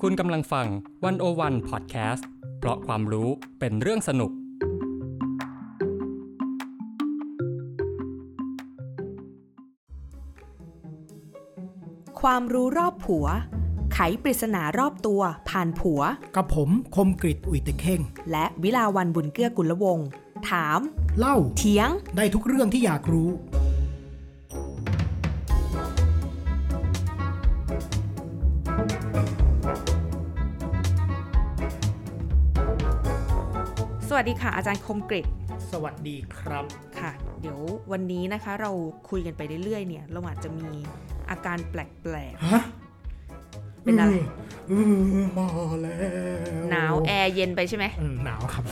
คุณกำลังฟังวันโอวันพอดแคสต์เพราะความรู้เป็นเรื่องสนุก ความรู้รอบผัว ไขปริศนารอบตัวผ่านผัว กับผมคมกริตอุ่ยตะเข่ง และวิลาวันบุญเกื้อกุลวงศ์ถาม เล่า เถียง ได้ทุกเรื่องที่อยากรู้ สวัสดีค่ะ อาจารย์คมกริต สวัสดีครับ ค่ะ เดี๋ยววันนี้นะคะ เราคุยกันไปเรื่อยๆ เนี่ย เราอาจจะมีอาการแปลก ฮะ เป็นอะไร เออเออมาแล้ว ๆหนาวแอร์เย็นไปใช่ไหม อืมหนาวครับ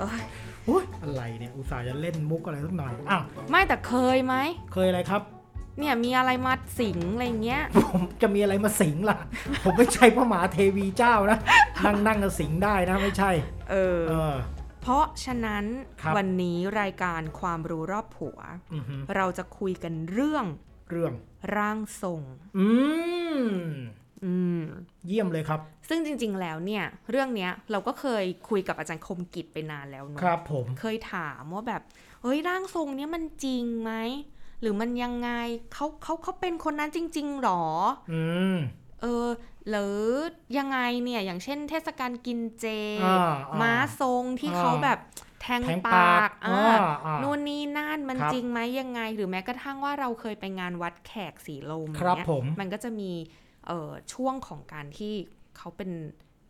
เอ้ย โอ้ยอะไรเนี่ย อุตส่าห์จะเล่นมุกอะไรสักหน่อยอ้าว ไม่แต่เคยไหม เคยอะไรครับ เนี่ยมีอะไรมาสิงอะไรเงี้ย ผมจะมีอะไรมาสิงล่ะ ผมไม่ใช่พระหมหาเทวีเจ้านะ นั่งนั่งๆก็สิงได้นะไม่ใช่ เออ เออ เพราะฉะนั้น ครับ วันนี้รายการความรู้รอบผัว อือหือ เราจะคุยกันเรื่อง เรื่อง ร่างทรง อืม อืม เยี่ยมเลยครับ ซึ่งจริงๆ แล้วเนี่ย เรื่องเนี้ยเราก็เคยคุยกับอาจารย์คมกิจไปนานแล้วเนาะ ครับผม เคยถามว่าแบบเฮ้ยร่างทรงเนี้ยมันจริงไหมหรือมันยังไงเขาเขาเขาเป็นคนนั้นจริง ๆหรอ อืม เออหรือยังไงเนี่ยอย่างเช่นเทศกาลกินเจ อ่าอ่า ม้าทรงที่ อ่า เขาแบบแทง แทงปปา าก ก อ่า อ่าอ่า นู่นนี่นั่นมัน ครับ จริงไหมยังไง หรือแม้กระทั่งว่าเราเคยไปงานวัดแขกสีลม ครับ เนี่ย ผม มันก็จะมีเอ่อช่วงของการที่เขาเป็น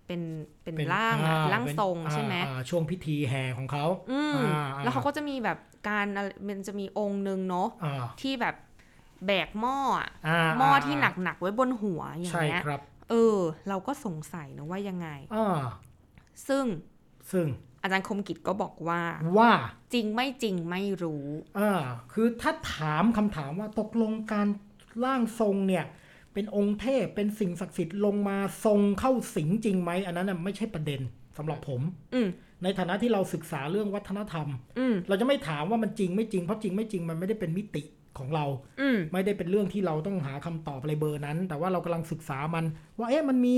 เป็นเป็น เป็น ร่าง อ่ อะร่าง เป็น ทรง อ่า ใช่ไหม อ่าช่วงพิธีแห่ของเขา อืม อ่อ่ แล้วเขาก็จะมีแบบการอะไรมันจะมีองค์หนึ่งเนาะ อ่า ที่แบบแบกหม้ออะ อ่า หม้อที่หนักๆไว้บนหัวอย่าง ใช่ เงี้ย ครับ เออ เราก็สงสัยนะว่ายังไง อ่า ซึ่ง ซึ่ง อาจารย์คมกิจก็บอกว่า ว่า จริงไม่จริงไม่รู้ อ่าคือถ้าถามคำถามว่าตกลงการร่างทรงเนี่ย เป็นองค์เทพเป็นสิ่งศักดิ์สิทธิ์ลงมาทรงเข้าสิงจริงไหมอันนั้นนะไม่ใช่ประเด็นสำหรับผม อืม ในฐานะที่เราศึกษาเรื่องวัฒนธรรม อืม เราจะไม่ถามว่ามันจริงไม่จริงเพราะจริงไม่จริงมันไม่ได้เป็นมิติของเรา อืม ไม่ได้เป็นเรื่องที่เราต้องหาคำตอบอะไรเบอร์นั้น แต่ว่าเรากำลังศึกษามัน ว่าเอ๊ะมันมี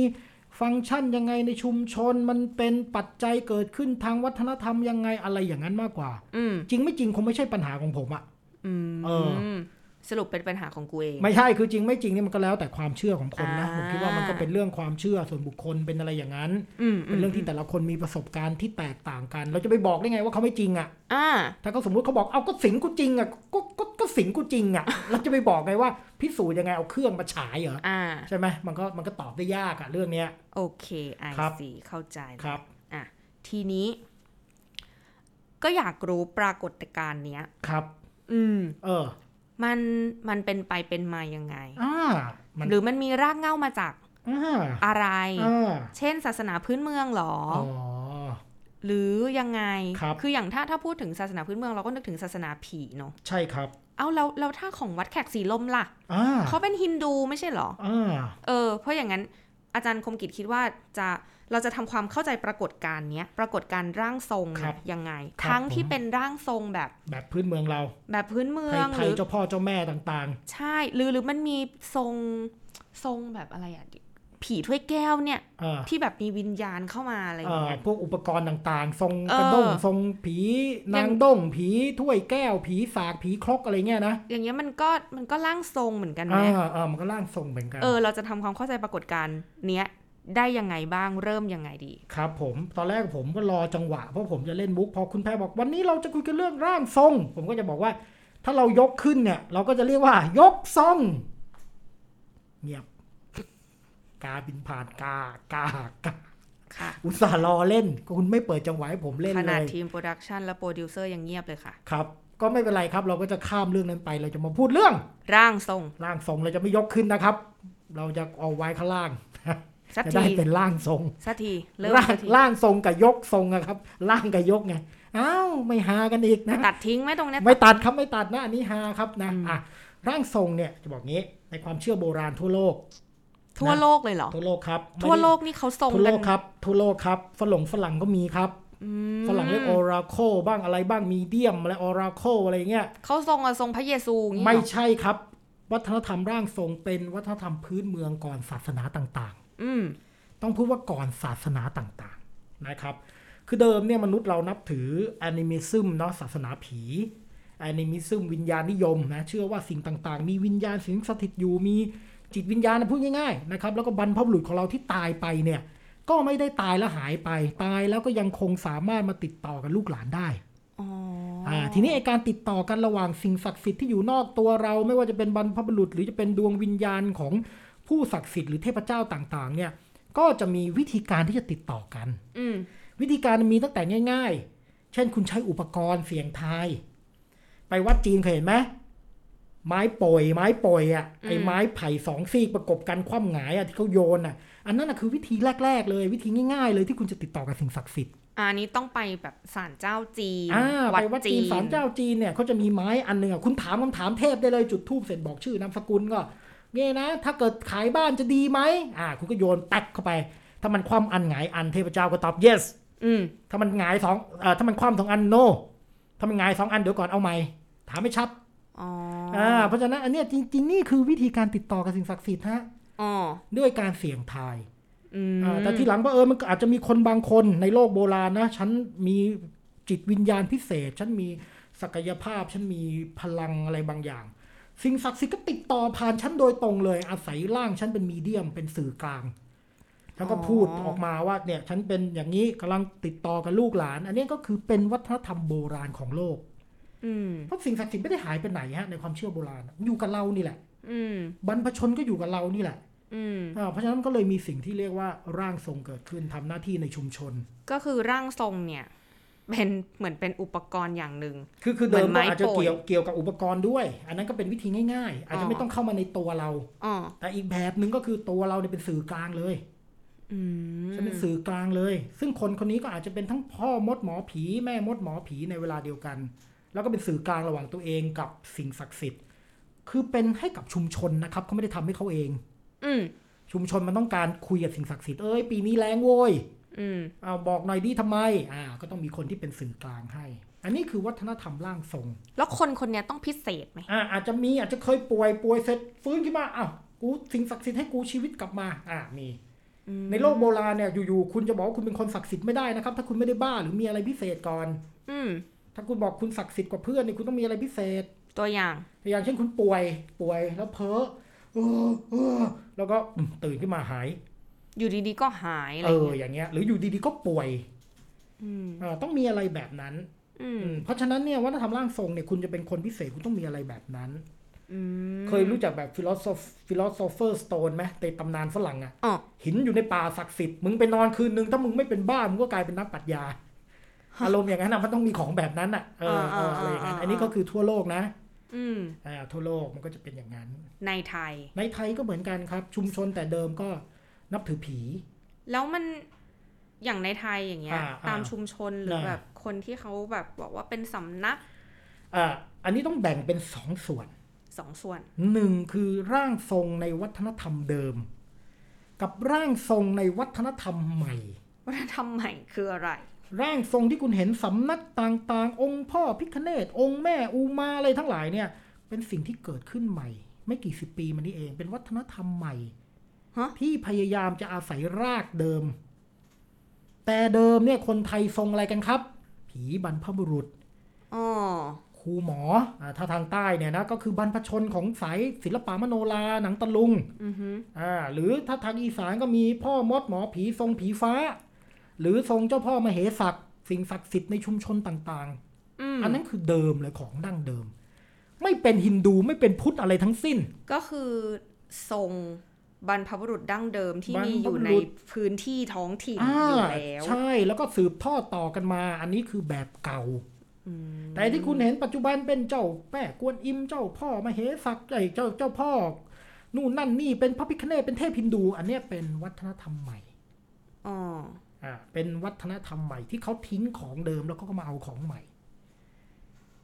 ฟังก์ชันยังไงในชุมชน มันเป็นปัจจัยเกิดขึ้นทางวัฒนธรรมยังไงอะไรอย่างนั้นมากกว่า อืม จริงไม่จริงคงไม่ใช่ปัญหาของผมอะ อืม เออ สรุปเป็นปัญหาของกูเอง ไม่ใช่คือจริงไม่จริงเนี่ยมันก็แล้วแต่ความเชื่อของคนนะ อ่า ผมคิดว่ามันก็เป็นเรื่องความเชื่อส่วนบุคคลเป็นอะไรอย่างนั้น อืม เป็นเรื่องที่แต่ละคนมีประสบการณ์ที่แตกต่างกัน เราจะไปบอกได้ไงว่าเขาไม่จริงอะ อ่า ถ้าเขาสมมติเขาบอกเอาก็สิงกูจริงอะก็ก็ก็สิงกูจริงอะเราจะไปบอกไงว่าพิสูจน์ยังไงเอาเครื่องมาฉายเหรอ อ่า ใช่ไหมมันก็มันก็ตอบได้ยากอะเรื่องเนี้ย โอเคไอ ครับ ซีเข้าใจแล้ว ครับ อ่ะ ทีนี้ ก็อยากรู้ปรากฏการณ์เนี้ย ครับ อืม เออ มันมันเป็นไปเป็นมายังไง อ่ามัน หรือมันมีรากเหง้ามาจาก อ่า อะไร อ่า เช่น ศาสนาพื้นเมืองเหรอ อ๋อ หรือยังไง ครับ ออย่างถ้าถ้าพูดถึงศาสนาพื้นเมืองเราก็นึกถึงศาสนาผีเนาะ ใช่ครับ เอาแล้วแล้วถ้าของวัดแขกสีลมล่ะ อ่า เขาเป็นฮินดูไม่ใช่เหรอ อ่า เออ เพราะอย่างนั้นอาจารย์คมกิจคิดว่าจะเราจะทำความเข้าใจปรากฏการณ์เนี้ย ปรากฏการณ์ร่างทรง คเนี่รัย บ ยังไง ครับ ทั้งที่ ผม เป็นร่างทรงแบบ แบบพื้นเมืองเรา แบบพื้นเมื ไท อยง ไท ห ย รือ เจ้าพ่อเจ้าแม่ต่าง ใช่ หรือหรือมันมีทรงทรงแบบอะไรอะผีถ้วยแก้วเนี่ย ๆเอ่า ที่แบบมีวิญญาณเข้ามาอะไรอย่างเงี้ย พวกอุปกรณ์ต่างๆ ทรง เออก ระด้งทรงผี ยัง นางด้งผีถ้วยแก้ว ผีสากผีครกอะไรเงี้ยนะ อย่างเงี้ยมันก็มันก็ร่างทรงเหมือนกันไหม อ่าอ่ามันก็ร่างทรงเหมือนกัน เออ เราจะทำความเข้าใจปรากฏการณ์เนี้ยได้ยังไงบ้างเริ่มยังไงดี ครับ ผมตอนแรกผมก็รอจังหวะเพราะผมจะเล่นมุกพอคุณแพรบอกวันนี้เราจะคุยกันเรื่องร่างทรง ผมก็จะบอกว่า ถ้าเรายกขึ้นเนี่ย เราก็จะเรียกว่า ยกทรง เงียบ กาบินผ่านกากากา ค่ะ อุตส่าห์รอเล่นคุณไม่เปิดจังหวะให้ผมเล่น ข เล นาด ย ทีมโปรดักชันและโปรดิวเซอร์ยังเงียบเลยค่ะ ครับ ก็ไม่เป็นไรครับ เราก็จะข้ามเรื่องนั้นไป เราจะมาพูดเรื่อง ร่างทรง ร่างทรงเราจะไม่ยกขึ้นนะครับ เราจะเอาไว้ข้างล่าง สัก จะ ที ได้เป็นร่างทรง สักที เริ่ม ร่าง สักที ร่างทรงกับยกทรงอะครับ ร่างกับยกไงอ้าวไม่หากันอีกนะ ตัดทิ้งไหมตรงเนี้ย ไม่ตัดครับไม่ตัดนะอันนี้ฮาครับนะ อืม อ่ะร่างทรงเนี่ยจะบอกงี้ในความเชื่อโบราณทั่วโลก ทั่วโลกเลยเหรอ ทั่วโลกครับไม่ได้ ทั่วโลกนี่เขาทรง ทั่วโล กัน กครับ ทั่วโลกครับฝรั่งฝรั่งก็มีครับ อืม ฝรั่งเรียกออราโคบ้างอะไรบ้างมีเดียมอะไรออราโคอะไรเงี้ย เขาทรงอะทรงพระเยซูอย่างงี้ ไม่ เหรอ ใช่ครับ วัฒนธรรมร่างทรงเป็นวัฒนธรรมพื้นเมืองก่อนศาสนาต่าง อืม ๆ ต้องพูดว่าก่อนศาสนาต่างๆนะครับ คือเดิมเนี่ยมนุษย์เรานับถือแอนิมิซึมเนาะศาสนาผีแอนิมิซึมวิญญาณนิยมนะเชื่อว่าสิ่งต่างๆ มีวิญญาณสิงสถิตอยู่มีจิตวิญญาณนะพูดง่ายๆนะครับแล้วก็บรรพบุรุษของเราที่ตายไปเนี่ยก็ไม่ได้ตายแล้วหายไป ตายแล้วก็ยังคงสามารถมาติดต่อกับลูกหลานได้ อ๋ออ อ่าทีนี้ไอการติดต่อกันระหว่างสิ่งศักดิ์สิทธิ์ที่อยู่นอกตัวเรา ไม่ว่าจะเป็นบรรพบุรุษ หรือจะเป็นดวงวิญญาณของผู้ศักดิ์สิทธิ์หรือเทพเจ้าต่างๆเนี่ยก็จะมีวิธีการที่จะติดต่อกัน อืม วิธีการมีตั้งแต่ง่าย ๆ เช่นคุณใช้อุปกรณ์เสียงทาย ไปวัดจีนเคยเห็นไหมไม้โป่อยไม้โป่อยอ่ะไอไม้ไผ่สองซีกประกบกันคว่ำหงายอ่ะที่เขาโยนอ่ะอันนั้นอ่ะคือวิธีแรก ๆ เลยวิธีง่ายๆ เลยที่คุณจะติดต่อกับสิ่งศักดิ์สิทธิ อะอันนี้ต้องไปแบบศาลเจ้าจีน อ่าไปวัดจีนศาลเจ้าจีนเนี่ยเขาจะมีไม้อันหนึ่งอ่ะคุณถามคำถามเทพได้เลยจุดทูบเสร็จบอกชื่อนามสกุลก็เนี่ยนะ ถ้าเกิดขายบ้านจะดีไหมอ่า คุณก็โยนแตกเข้าไป ถ้ามันคว่ำอันหงายอันเทพเจ้าก็ตอบ yes อืม ถ้ามันหงายสองเอ่อถ้ามันคว่ำสองอัน no ถ้ามันหงายสองอันเดี๋ยวก่อนเอาใหม่ถามไม่ชัด อ๋อ อ่าเพราะฉะนั้นอันเนี้ยจริงๆนี่คือวิธีการติดต่อกับสิ่งศักดิ์สิทธิ์ฮะ อ๋อ ด้วยการเสี่ยงทาย อืม อ่าแต่ทีหลังก็เออมันก็อาจจะมีคนบางคนในโลกโบราณนะ ฉันมีจิตวิญญาณพิเศษ ฉันมีศักยภาพ ฉันมีพลังอะไรบางอย่าง สิ่งศักดิ์สิทธิ์ก็ติดต่อผ่านฉันโดยตรงเลย อาศัยร่างฉันเป็นมีเดียมเป็นสื่อกลาง แล้วก็ อ๋อ พูดออกมาว่าเนี่ยฉันเป็นอย่างนี้กำลังติดต่อกับลูกหลาน อันนี้ก็คือเป็นวัฒนธรรมโบราณของโลก อืม เพราะสิ่งศักดิ์สิทธิ์ไม่ได้หายไปไหนฮะในความเชื่อโบราณอยู่กับเรานี่แหละ อืม บรรพชนก็อยู่กับเรานี่แหละ อืม อ่าเพราะฉะนั้นก็เลยมีสิ่งที่เรียกว่าร่างทรงเกิดขึ้นทำหน้าที่ในชุมชน ก็คือร่างทรงเนี่ย เป็นเหมือนเป็นอุปกรณ์อย่างหนึ่ง คือคือเดิม เหมือนไม้ ก็อาจจะ โปรย เกี่ยวเกี่ยวกับอุปกรณ์ด้วย อันนั้นก็เป็นวิธีง่ายๆ อาจ อ๋ จะ อ ไม่ต้องเข้ามาในตัวเรา อ๋อ แต่อีกแบบหนึ่งก็คือตัวเราเนี่ยเป็นสื่อกลางเลย อืม ฉันเป็นสื่อกลางเลย ซึ่งคนคนนี้ก็อาจจะเป็นทั้งพ่อมดหมอผีแม่มดหมอผีในเวลาเดียวกัน แล้วก็เป็นสื่อกลางระหว่างตัวเองกับสิ่งศักดิ์สิทธิ์ คือเป็นให้กับชุมชนนะครับเขาไม่ได้ทำให้เขาเอง อืม ชุมชนมันต้องการคุยกับสิ่งศักดิ์สิทธิ์เอ้ยปีนี้แรงโว้ย อืม เอาบอกหน่อยดีทำไม อ่า ก็ต้องมีคนที่เป็นสื่อกลางให้ อันนี้คือวัฒนธรรมร่างทรง แล้วคนคนเนี้ยต้องพิเศษไหม อ่า อาจจะมีอาจจะเคยป่วยป่วยเสร็จฟื้นขึ้นมาอ้าวกูสิ่งศักดิ์สิทธิ์ให้กูชีวิตกลับมา อ่า มี อืม ในโลกโบราณเนี่ย อยู่ๆ คุณจะบอกว่าคุณเป็นคนศักดิ์สิทธิ์ไม่ได้นะครับ ถ้าคุณไม่ได้บ้าหรือมีอะไรพิเศษก่อน อืม ถ้าคุณบอกคุณศักดิ์สิทธิ์กว่าเพื่อนเนี่ย คุณต้องมีอะไรพิเศษ ตัวอย่าง อย่างเช่นคุณป่วย ป่วยแล้วเพ้อเออเออแล้วก็อืมตื่นขึ้นมาหาย อยู่ดีๆก็หายอะไร เออ เงี้ย อย่างเงี้ย หรืออยู่ดีๆ ก็ป่วย อืม อ่าต้องมีอะไรแบบนั้น อืม อืมเพราะฉะนั้นเนี่ยวัฒนธรรมร่างทรงเนี่ยคุณจะเป็นคนพิเศษคุณต้องมีอะไรแบบนั้น อืม เคยรู้จักแบบฟิโลโซฟิโลโซเฟอร์สโตนไหมในตำนานฝรั่งอะ อ๋อ หินอยู่ในป่าศักดิ์สิทธิ์มึงไปนอนคืนนึงถ้ามึงไม่เป็นบ้ามึงก็กลายเป็นนักปรัชญาอารมณ์อย่างนั้นอะมันต้องมีของแบบนั้นอะเออเอออะไรอย่างนั้นอันนี้ก็คือทั่วโลกนะ อืม อ่าทั่วโลกมันก็จะเป็นอย่างนั้น ในไทย ในไทยก็เหมือนกันครับ ชุมชนแต่เดิมก็นับถือผี แล้วมันอย่างในไทยอย่างเงี้ย อ่าอ่า ตามชุมชนหรือ ได้ แบบคนที่เขาแบบบอกว่าเป็นสำนัก อ่าอันนี้ต้องแบ่งเป็นสองส่วน สองส่วน หนึ่งคือร่างทรงในวัฒนธรรมเดิม กับร่างทรงในวัฒนธรรมใหม่ วัฒนธรรมใหม่คืออะไร ร่างทรงที่คุณเห็นสำนักต่างๆ องค์พ่อพิคเนตองค์แม่อูมาอะไรทั้งหลายเนี่ย เป็นสิ่งที่เกิดขึ้นใหม่ ไม่กี่สิบปีมานี้เอง เป็นวัฒนธรรมใหม่ ฮะ ที่พยายามจะอาศัยรากเดิม แต่เดิมเนี่ยคนไทยทรงอะไรกันครับ ผีบรรพบุรุษ อ๋อ ครูหมออาถ้าทางใต้เนี่ยนะก็คือบรรพชนของสายศิลปะมโนราหนังตะลุง อือฮึ อ่าหรือถ้าทางอีสานก็มีพ่อมดหมอผีทรงผีฟ้า หรือทรงเจ้าพ่อมเหสักสิ่งศักดิ์สิทธิ์ในชุมชนต่าง อืม ๆ อันนั้นคือเดิมเลยของดั้งเดิม ไม่เป็นฮินดูไม่เป็นพุทธอะไรทั้งสิ้น ก็คือทรงบรรพบุรุษดั้งเดิมที่มีอยู่ บรรพบุ ใน รุษ พื้นที่ท้องถิ่น อ่า อยู่แล้ว ใช่แล้วก็สืบทอดต่อกันมา อันนี้คือแบบเก่า อืม แต่ที่คุณเห็นปัจจุบันเป็นเจ้าแป้กวนอิมเจ้าพ่อมเหสักไอ้เจ้าเจ้าพ่อ นู่นนั่นนี่เป็นพระพิคเนตเป็นเทพฮินดู อันเนี้ยเป็นวัฒนธรรมใหม่ อ๋อ อ่าเป็นวัฒนธรรมใหม่ที่เขาทิ้งของเดิมแล้วเขาก็มาเอาของใหม่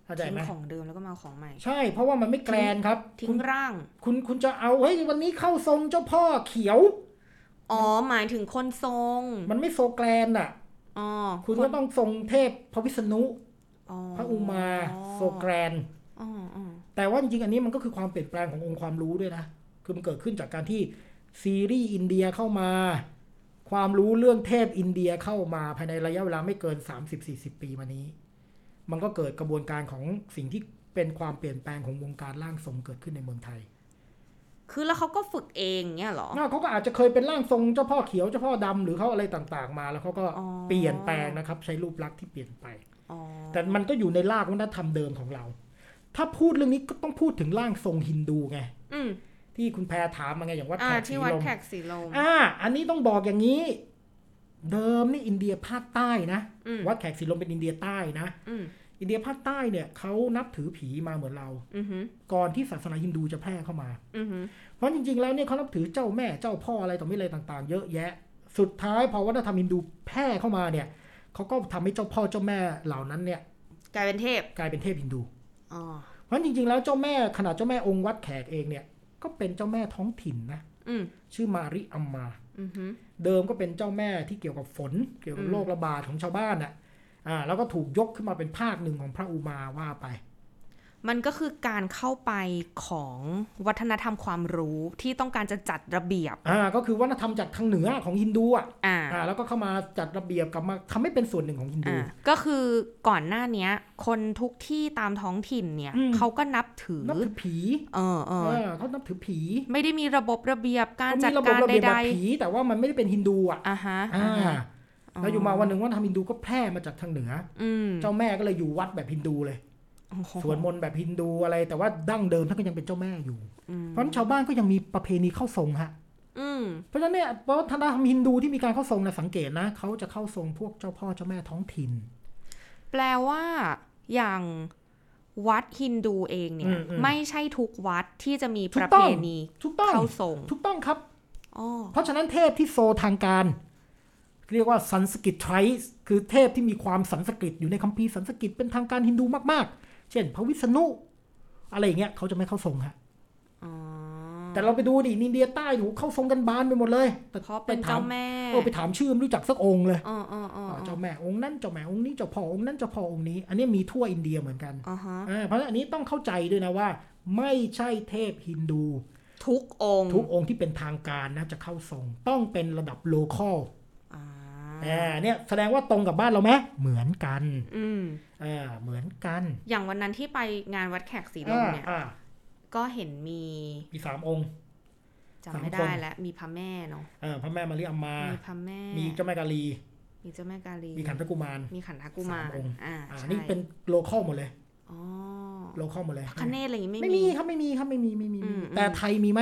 เข้าใจ ทิ้ง ไหม ของเดิมแล้วก็มาเอาของใหม่ ใช่ เพราะว่ามันไม่แกรนครับ ทิ้ คุ ง ณ ร่าง คุณคุณจะเอาเฮ้ยวันนี้เข้าทรงเจ้าพ่อเขียว อ๋อ หมายถึงคนทรง มันไม่โซแกรนอ่ะ อ๋อ คุณก็ต้องทรงเทพพระวิษณุ อ๋อ พระอุมาโซแกรน อ๋ออ๋อ แต่ว่าจริงๆอันนี้มันก็คือความเปลี่ยนแปลงขององค์ความรู้ด้วยนะ คือมันเกิดขึ้นจากการที่ซีรีส์อินเดียเข้ามา ความรู้เรื่องเทพอินเดียเข้ามาภายในระยะเวลาไม่เกิน 30-40 ปีมานี้ มันก็เกิดกระบวนการของสิ่งที่เป็นความเปลี่ยนแปลงของวงการร่างทรงเกิดขึ้นในเมืองไทย คือแล้วเขาก็ฝึกเองเนี่ยเหรอ นอกเขาก็อาจจะเคยเป็นร่างทรงเจ้าพ่อเขียวเจ้าพ่อดำหรือเขาอะไรต่างๆ มาแล้วเขาก็ อ๋อ เปลี่ยนแปลงนะครับ ใช้รูปลักษณ์ที่เปลี่ยนไป อ๋อ แต่มันก็อยู่ในรากวัฒนธรรมเดิมของเรา ถ้าพูดเรื่องนี้ก็ต้องพูดถึงร่างทรงฮินดูไง อืม ที่คุณแพรถามมาไงอย่างวัด อ่า แขกสี ที่วัด ลม แขกสีลม อ่า อันนี้ต้องบอกอย่างนี้ เดิมนี่อินเดียภาคใต้นะ อืม วัดแขกสีลมเป็นอินเดียใต้นะ อืม อินเดียภาคใต้เนี่ยเขานับถือผีมาเหมือนเรา อือหือ ก่อนที่ศาสนาฮินดูจะแพร่เข้ามา อือหือ เพราะจริงๆ แล้วเนี่ยเขานับถือเจ้าแม่เจ้าพ่ออะไรต่อมีอะไรต่างๆ เยอะแยะ สุดท้ายพอวัฒนธรรมฮินดูแพร่เข้ามาเนี่ยเขาก็ทำให้เจ้าพ่อเจ้าแม่เหล่านั้นเนี่ย กลายเป็นเทพ กลายเป็นเทพฮินดู อ๋อ เพราะจริงๆ แล้วเจ้าแม่ขนาดเจ้าแม่องค์วัดแขกเองเนี่ยก็เป็นเจ้าแม่ท้องถิ่นนะ อืม ชื่อมาริอัมมา อือหือ เดิมก็เป็นเจ้าแม่ที่เกี่ยวกับฝน เกี่ยวกับ อืม โรคระบาดของชาวบ้านอ่ะอ่าแล้วก็ถูกยกขึ้นมาเป็นภาคหนึ่งของพระอุมาว่าไป มันก็คือการเข้าไปของวัฒนธรรมความรู้ที่ต้องการจะจัดระเบียบ อ่าก็คือวัฒนธรรมจากทางเหนือของฮินดูอ่ะ อ่า อ่าแล้วก็เข้ามาจัดระเบียบกลับมาทำให้เป็นส่วนหนึ่งของฮินดู อ่าก็คือก่อนหน้าเนี้ย คนทุกที่ตามท้องถิ่นเนี่ย อืม เขาก็นับถือ นับถือผี เออเออ เออเขานับถือผี ไม่ได้มีระบบระเบียบการ เขา จัด มีระบบ การ ระ ใ เบียบแบ ด บผีแต่ว่ามันไม่ได้เป็นฮินดูอ่ะ ๆอ่าฮะ อ่า ฮะ แล้วอยู่มาวันหนึ่งวัฒนธรรมฮินดูก็แพร่มาจากทางเหนือ อืม อเจ้าแม่ก็เลยอยู่วัดแบบฮินดูเลย โอ้โห สวดมนต์แบบฮินดูอะไร แต่ว่าดั้งเดิมท่านก็ยังเป็นเจ้าแม่อยู่ อืม เพราะฉะนั้นชาวบ้านก็ยังมีประเพณีเข้าทรงฮะ อืม เพราะฉะนั้นเนี่ยวัฒนธรรมฮินดูที่มีการเข้าทรงนะสังเกตนะเขาจะเข้าทรงพวกเจ้าพ่อเจ้าแม่ท้องถิ่น แปลว่าอย่างวัดฮินดูเองเนี่ อื ย มอืม ไม่ใช่ทุกวัดที่จะมีปถูระ กต้ เพ อง ณี ถูกต้อง เข้าทรง ถูกต้องครับ อ๋อ เพราะฉะนั้นเทพที่โซทางการ เรียกว่าสันสกิตไทรส์คือเทพที่มีความสันสกิตอยู่ในคัมภีร์สันสกิตเป็นทางการฮินดูมากๆ เช่น พระวิษณุอะไรอย่างเงี้ยเขาจะไม่เข้าทรงฮะ อ๋อ แต่เราไปดูดิอินเดียใต้ดูเข้าทรงกันบานไปหมดเลยแต่ เพราะเป็นเจ้าแม่ เออไปถามชื่อไม่รู้จักสักองค์เลย อ๋ออ๋ออ๋อ เจ้าแม่องค์นั้นเจ้าแม่องค์นี้เจ้าพ่อองค์นั้นเจ้าพ่อองค์นี้ อันนี้มีทั่วอินเดียเหมือนกัน อ๋อฮะ อ่าเพราะฉะนั้นอันนี้ต้องเข้าใจด้วยนะว่า ไม่ใช่เทพฮินดู ทุกองค์ ทุกองค์ที่เป็นทางการนะจะเข้าทรง ต้องเป็นระดับโลคอล อ่า อ่าเนี่ยแสดงว่าตรงกับบ้านเราไหมเหมือนกัน อืม อ่าเหมือนกัน อย่างวันนั้นที่ไปงานวัดแขกสีลมเนี่ย อ่าอ่า ก็เห็นมี มีสามองค์ จำไม่ สาม ได้ คน แล้วมีพระแม่เนาะ อ่าพระแม่มารีอัมมา มีพระแม่ มีเจ้าแม่กาลี มีเจ้าแม่กาลี มีขันธกุมาร มีขันธกุมาร สามองค์ อ่า อ่า ใช่ นี่เป็นโลคอลหมดเลย อ๋อ โลคอลหมดเลย พระคเนศอะไรอย่างงี้ ไม่ ไม่ มี มี ครับไม่มีครับไม่มีไม่มีอืไม่มีมอืม แต่ไทยมีไหม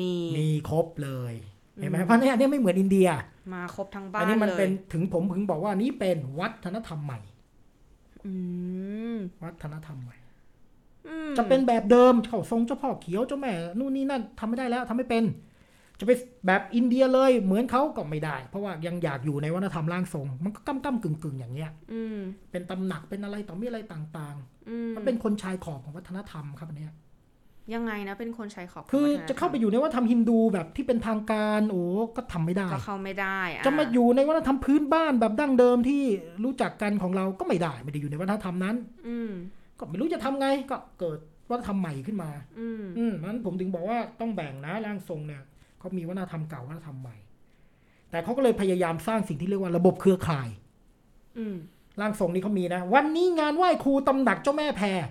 มี มีครบเลยเห็นไหม อืม เพราะเนี่ยอันนี้ไม่เหมือนอินเดีย มาครบทั้งบ้า อั น นนี้มัน เลย เป็นถึงผมถึงบอกว่านี่เป็นวัฒนธรรมใหม่ อืม วัฒนธรรมใหม่ อืม จะเป็นแบบเดิมเขาทรงเจ้าพ่อเขียวเจ้าแม่นู่นนี่นั่นทำไม่ได้แล้วทำไม่เป็น จะไปแบบอินเดียเลยเหมือนเขาก็ไม่ได้ เพราะว่ายังอยากอยู่ในวัฒนธรรมร่างทรง มันก็ก้ำก้ำกึ่งกึ่งๆอย่างเงี้ย อืม เป็นตำหนักเป็นอะไรต่อมีอะไรต่าง อืม ๆ มันเป็นคนชายขอบของวัฒนธรรมครับอันเนี้ย ยังไงนะเป็นคนใช้ขอบ คือ วัฒนธรรม จะเข้าไปอยู่ในวัฒนธรรมฮินดูแบบที่เป็นทางการโอ้ก็ทำไม่ได้ ก็เข้าไม่ได้อ่ จะมาอยู่ในวัฒนธรรมพื้นบ้านแบบดั้งเดิมที่รู้จักกันของเราก็ไม่ได้ ไม่ได้อยู่ในวัฒนธรรมนั้น อืม ก็ไม่รู้จะทำไงก็เกิดวัฒนธรรมใหม่ขึ้นมา อืม อืมนั้นผมถึงบอกว่าต้องแบ่งนะร่างทรงเนี่ยเขามีวัฒนธรรมเก่าวัฒนธรรมใหม่ แต่เขาก็เลยพยายามสร้างสิ่งที่เรียกว่าระบบเครือข่าย อืม ร่างทรงนี้เขามีนะ วันนี้งานไหว้ครูตำหนักเจ้าแม่แพร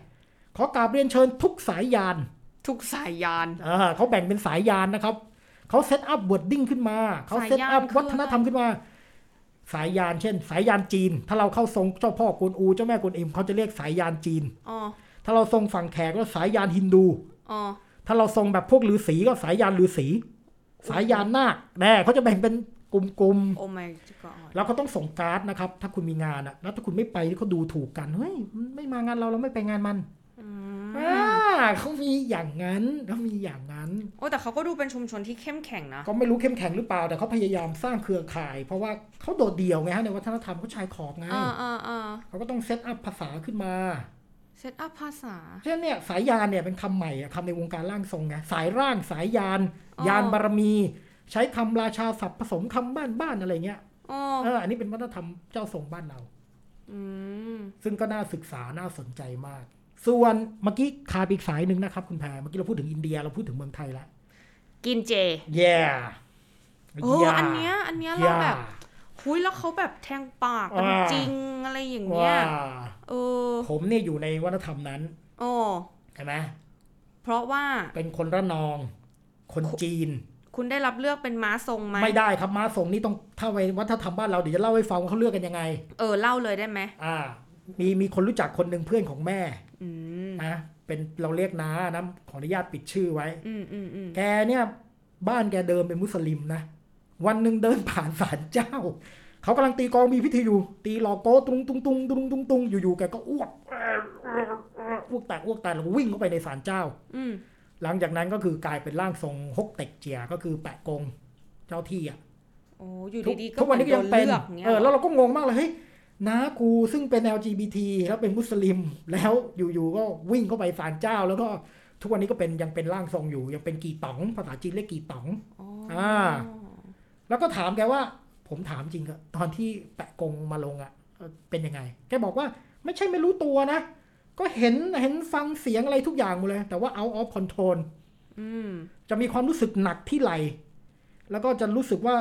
ขอกราบเรียนเชิญทุกสายยาน ทุกสายยาน อ่าเขาแบ่งเป็นสายยานนะครับ เขาเซตอัพวอร์ดดิ้งขึ้นมา เขาเซตอัสายยาพนคือ วัฒนธรรมขึ้นมา สายยานเช่น สายยานจีน ถ้าเราเข้าทรงเจ้าพ่อกวนอู เจ้าแม่กวนอิมเขาจะเรียกสายยานจีน อ๋อ ถ้าเราทรงฝั่งแขกก็สายยานฮินดู อ๋อ ถ้าเราทรงแบบพวกฤาษีก็สายยานฤาษี สายยานนาคแน่เขาจะแบ่งเป็นกลุ่ม โอ้ my god ๆ แล้วเขาต้องส่งการ์ดนะครับ ถ้าคุณมีงานอะแล้วถ้าคุณไม่ไปนี่เขาดูถูกกัน เฮ้ยมันไม่มางานเราเราไม่ไปงานมัน อื อ่าม เขามีอย่างนั้นเขามีอย่างนั้น โอ้แต่เขาก็ดูเป็นชุมชนที่เข้มแข็งนะ ก็ไม่รู้เข้มแข็งหรือเปล่า แต่เขาพยายามสร้างเครือข่าย เพราะว่าเขาโดดเดี่ยวไงฮะในวัฒนธรรมเขาชายขอบไง อ่าอ่าอ่า เขาก็ต้องเซตอัพภาษาขึ้นมา เซตอัพภาษา เช่นเนี่ยสายยานเนี่ยเป็นคำใหม่อะคำในวงการร่างทรงไงสายร่างสายยาน อ๋อ ยานบารมี ใช้คำราชาศัพท์ผสมคำบ้านบ้านๆอะไรเงี้ย อ๋อ เอออันนี้เป็นวัฒนธรรมเจ้าทรงบ้านเรา อืม ซึ่งก็น่าศึกษาน่าสนใจมาก ส่วนเมื่อกี้คาดไปอีกสายหนึ่งนะครับคุณแพรเมื่อกี้เราพูดถึงอินเดียเราพูดถึงเมืองไทยละ กินเจ yeah เอออันเนี้ยอันเนี้ยเราแบบหุยแล้วเขาแบบแทงปากกัน อ่า จริงอะไรอย่างเงี้ย ว่า เออ ผมเนี่ยอยู่ในวัฒนธรรมนั้น โอ้ ใช่ไหม เพราะว่า เป็นคนระนอง คนจีน คุณได้รับเลือกเป็นม้าทรงไหม ไม่ได้ครับม้าทรงนี่ต้องถ้าไปวัฒนธรรมบ้านเราเดี๋ยวจะเล่าให้ฟังว่าเขาเลือกกันยังไง เออเล่าเลยได้ไหม อ่า มีมีคนรู้จักคนหนึ่งเพื่อนของแม่ อืม นะเป็นเราเรียกน้านะขออนุญาตปิดชื่อไว้ อืมอืมอืม แกเนี่ยบ้านแกเดิมเป็นมุสลิมนะ วันหนึ่งเดินผ่านศาลเจ้า เขากำลังตีกลองมีพิธีอยู่ ตีหลอกโกตุงตุงตุงตุงตุงตุงอยู่ๆแกก็อ้วกอ้วกแตกอ้วกแตกแล้วก็วิ่งเข้าไปในศาลเจ้า อืม หลังจากนั้นก็คือกลายเป็นร่างทรงฮกเต็กเจียก็คือแปะกงเจ้าที่อ่ะ โอ้อยู่ ทุก ดีๆก็ ทุกวันนี้ก็ยังเป็น หมือโดลือกงี้ย เออ แล้วเราก็งงมากเลย เฮ้ยน้ากูซึ่งเป็น LGBT แล้วเป็นมุสลิม แล้วอยู่ๆ ก็วิ่งเข้าไปศาลเจ้า แล้วก็ทุกวันนี้ก็เป็นยังเป็นร่างทรงอยู่ ยังเป็นกีต๋อง ภาษาจีนเรียกกีต๋อง อ๋ออ า แล้วก็ถามแกว่า ผมถามจริงอะตอนที่แปะกงมาลงอะเอ่อเป็นยังไง แกบอกว่าไม่ใช่ไม่รู้ตัวนะ ก็เห็นเห็นฟังเสียงอะไรทุกอย่างหมดเลย แต่ว่า out of control อืม จะมีความรู้สึกหนักที่ไหล แล้วก็จะรู้สึกว่า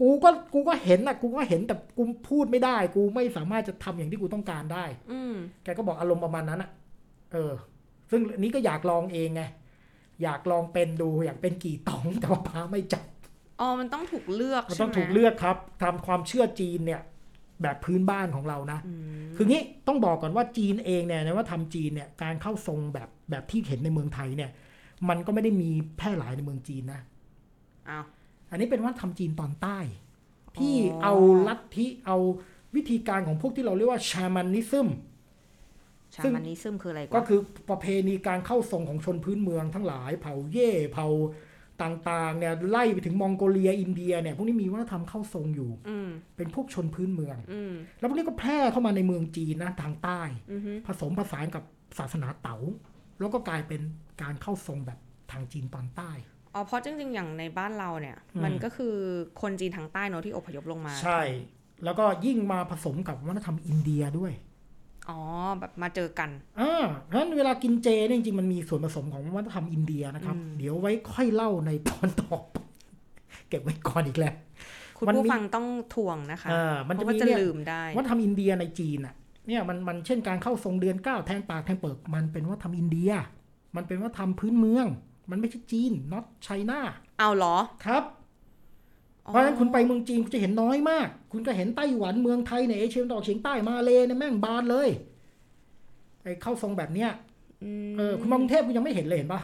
กูก็กูก็เห็นนะกูก็เห็นแต่กูพูดไม่ได้ กูไม่สามารถจะทำอย่างที่กูต้องการได้ อืม แกก็บอกอารมณ์ประมาณนั้นอะเออ ซึ่งอันนี้ก็อยากลองเองไง อยากลองเป็นดู อยากเป็นกี่ต๋อง แต่ว่าพาไม่จับ อ๋อมันต้องถูกเลือก มัน ใช่ ต้อง ไหม ถูกเลือกครับตามความเชื่อจีนเนี่ย แบบพื้นบ้านของเรานะ อืม คืองี้ต้องบอกก่อนว่าจีนเองเนี่ยนะว่าทำจีนเนี่ยการเข้าทรงแบบแบบที่เห็นในเมืองไทยเนี่ย มันก็ไม่ได้มีแพร่หลายในเมืองจีนนะ อ้าว อันนี้เป็นวัฒนธรรมจีนตอนใต้ ที่ อ๋อ เอาลัทธิเอาวิธีการของพวกที่เราเรียกว่าชามานิซึม ชา ซึ่ง มันนี้ซึมคืออะไร ก็ วะ คือประเพณีการเข้าทรงของชนพื้นเมืองทั้งหลาย เผ่าเย่เผ่าต่างๆเนี่ยไล่ไปถึงมองโกเลียอินเดียเนี่ยพวกนี้มีวัฒนธรรมเข้าทรงอยู่ อืม เป็นพวกชนพื้นเมือง อืม แล้วพวกนี้ก็แพร่เข้ามาในเมืองจีนนะทางใต้ อือฮึ ผสมผสานกับศาสนาเต๋าแล้วก็กลายเป็นการเข้าทรงแบบทางจีนตอนใต้ อ๋อเพราะจริงๆ อย่างในบ้านเราเนี่ย อืม มันก็คือคนจีนทางใต้เนอะที่อพยพลงมา ใช่ แล้วก็ยิ่งมาผสมกับวัฒนธรรมอินเดียด้วย อ๋อแบบมาเจอกัน อ่าเพราะฉะนั้นเวลากินเจเนี่ยจริงๆมันมีส่วนผสมของวัฒนธรรมอินเดียนะครับ อืม เดี๋ยวไว้ค่อยเล่าในตอนต่อไปเก็บไว้ก่อนอีกแล้ว คุณ มันมี ผู้ฟังต้องทวงนะคะ เออมัน เพ จะ ราะว่า มี จะ เนี่ย ลืมได้ วัฒนธรรมอินเดียในจีนอ่ะเนี่ยมันมันเช่นการเข้าทรงเดือนเก้าแทงปากแทงเปิกมันเป็นวัฒนธรรมอินเดีย มันเป็นวัฒนธรรมพื้นเมือง มันไม่ใช่จีน not China เอาเหรอ ครับ อ๋อ เพราะฉะนั้นคุณไปเมืองจีนคุณจะเห็นน้อยมาก คุณก็เห็นไต้หวันเมืองไทยในยเอเชียตะวันออกเฉียงใต้มาเลยเนี่ยแม่งบานเลยไอ้เข้าทรงแบบเนี้ย อืม เออคุณมากรุงเทพคุณยังไม่เห็นเลยเห็นปะ